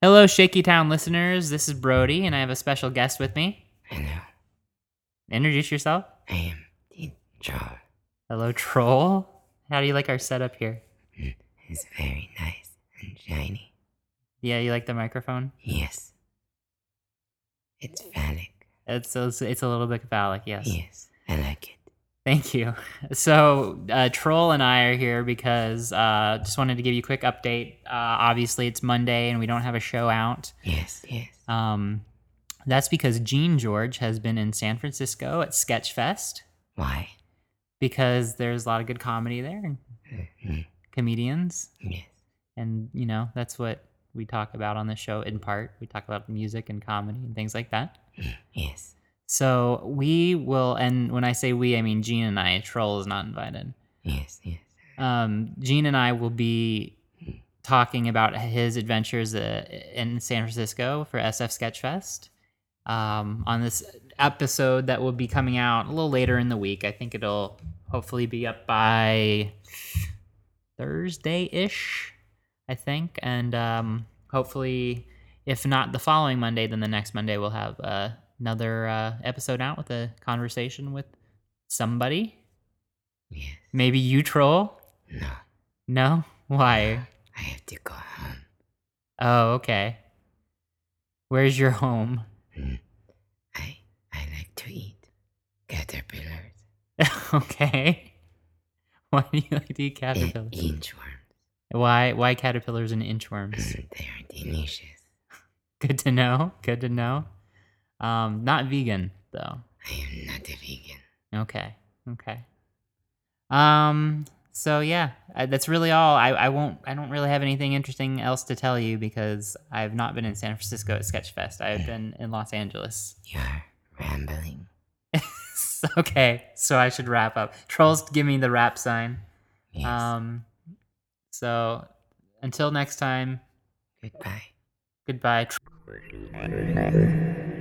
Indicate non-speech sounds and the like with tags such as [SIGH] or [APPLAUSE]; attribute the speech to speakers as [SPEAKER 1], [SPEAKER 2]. [SPEAKER 1] Hello, Shaky Town listeners. This is Brody, and I have a special guest with me.
[SPEAKER 2] Hello,
[SPEAKER 1] Introduce yourself.
[SPEAKER 2] I am the troll.
[SPEAKER 1] Hello, Troll. How do you like our setup here?
[SPEAKER 2] It's very nice and shiny.
[SPEAKER 1] Yeah, you like the microphone?
[SPEAKER 2] Yes. It's phallic.
[SPEAKER 1] It's it's, it's a little bit phallic, yes.
[SPEAKER 2] Yes, I like it.
[SPEAKER 1] Thank you. So, uh, Troll and I are here because uh, just wanted to give you a quick update. Uh, obviously, it's Monday and we don't have a show out.
[SPEAKER 2] Yes, yes.
[SPEAKER 1] Um, that's because Gene George has been in San Francisco at Sketchfest
[SPEAKER 2] Why?
[SPEAKER 1] because there's a lot of good comedy there and
[SPEAKER 2] Mhm.
[SPEAKER 1] comedians.
[SPEAKER 2] Yes.
[SPEAKER 1] and you know that's what we talk about on this show in part we talk about music and comedy and things like that
[SPEAKER 2] Yes.
[SPEAKER 1] so we will and when i say we i mean gene and i troll is not invited
[SPEAKER 2] Yes, yes.
[SPEAKER 1] um, gene and i will be talking about his adventures uh, in san francisco for sf sketchfest um, on this episode that will be coming out a little later in the week i think it'll hopefully be up by Thursday ish, I think. And um, hopefully, if not the following Monday, then the next Monday we'll have uh, another uh, episode out with a conversation with somebody.
[SPEAKER 2] Yes.
[SPEAKER 1] Maybe you troll?
[SPEAKER 2] No,
[SPEAKER 1] No? Why?
[SPEAKER 2] I have to go home.
[SPEAKER 1] Oh, okay. Where's your home? [LAUGHS]
[SPEAKER 2] I I like to eat caterpillars
[SPEAKER 1] okay. Why do you like to eat
[SPEAKER 2] and
[SPEAKER 1] caterpillars?
[SPEAKER 2] inchworms.
[SPEAKER 1] Why why caterpillars and inchworms?
[SPEAKER 2] Mm, they are delicious.
[SPEAKER 1] Good to know. Good to know. Um, not vegan though.
[SPEAKER 2] I am not a vegan.
[SPEAKER 1] Okay. Okay. Um. So yeah, I, that's really all. I, I won't. I don't really have anything interesting else to tell you because I've not been in San Francisco at Sketchfest. I've been in Los Angeles.
[SPEAKER 2] You are rambling.
[SPEAKER 1] [LAUGHS] okay. So I should wrap up. Trolls, give me the wrap sign.
[SPEAKER 2] Yes.
[SPEAKER 1] Um. So until next time.
[SPEAKER 2] Goodbye.
[SPEAKER 1] Goodbye.
[SPEAKER 2] Goodbye.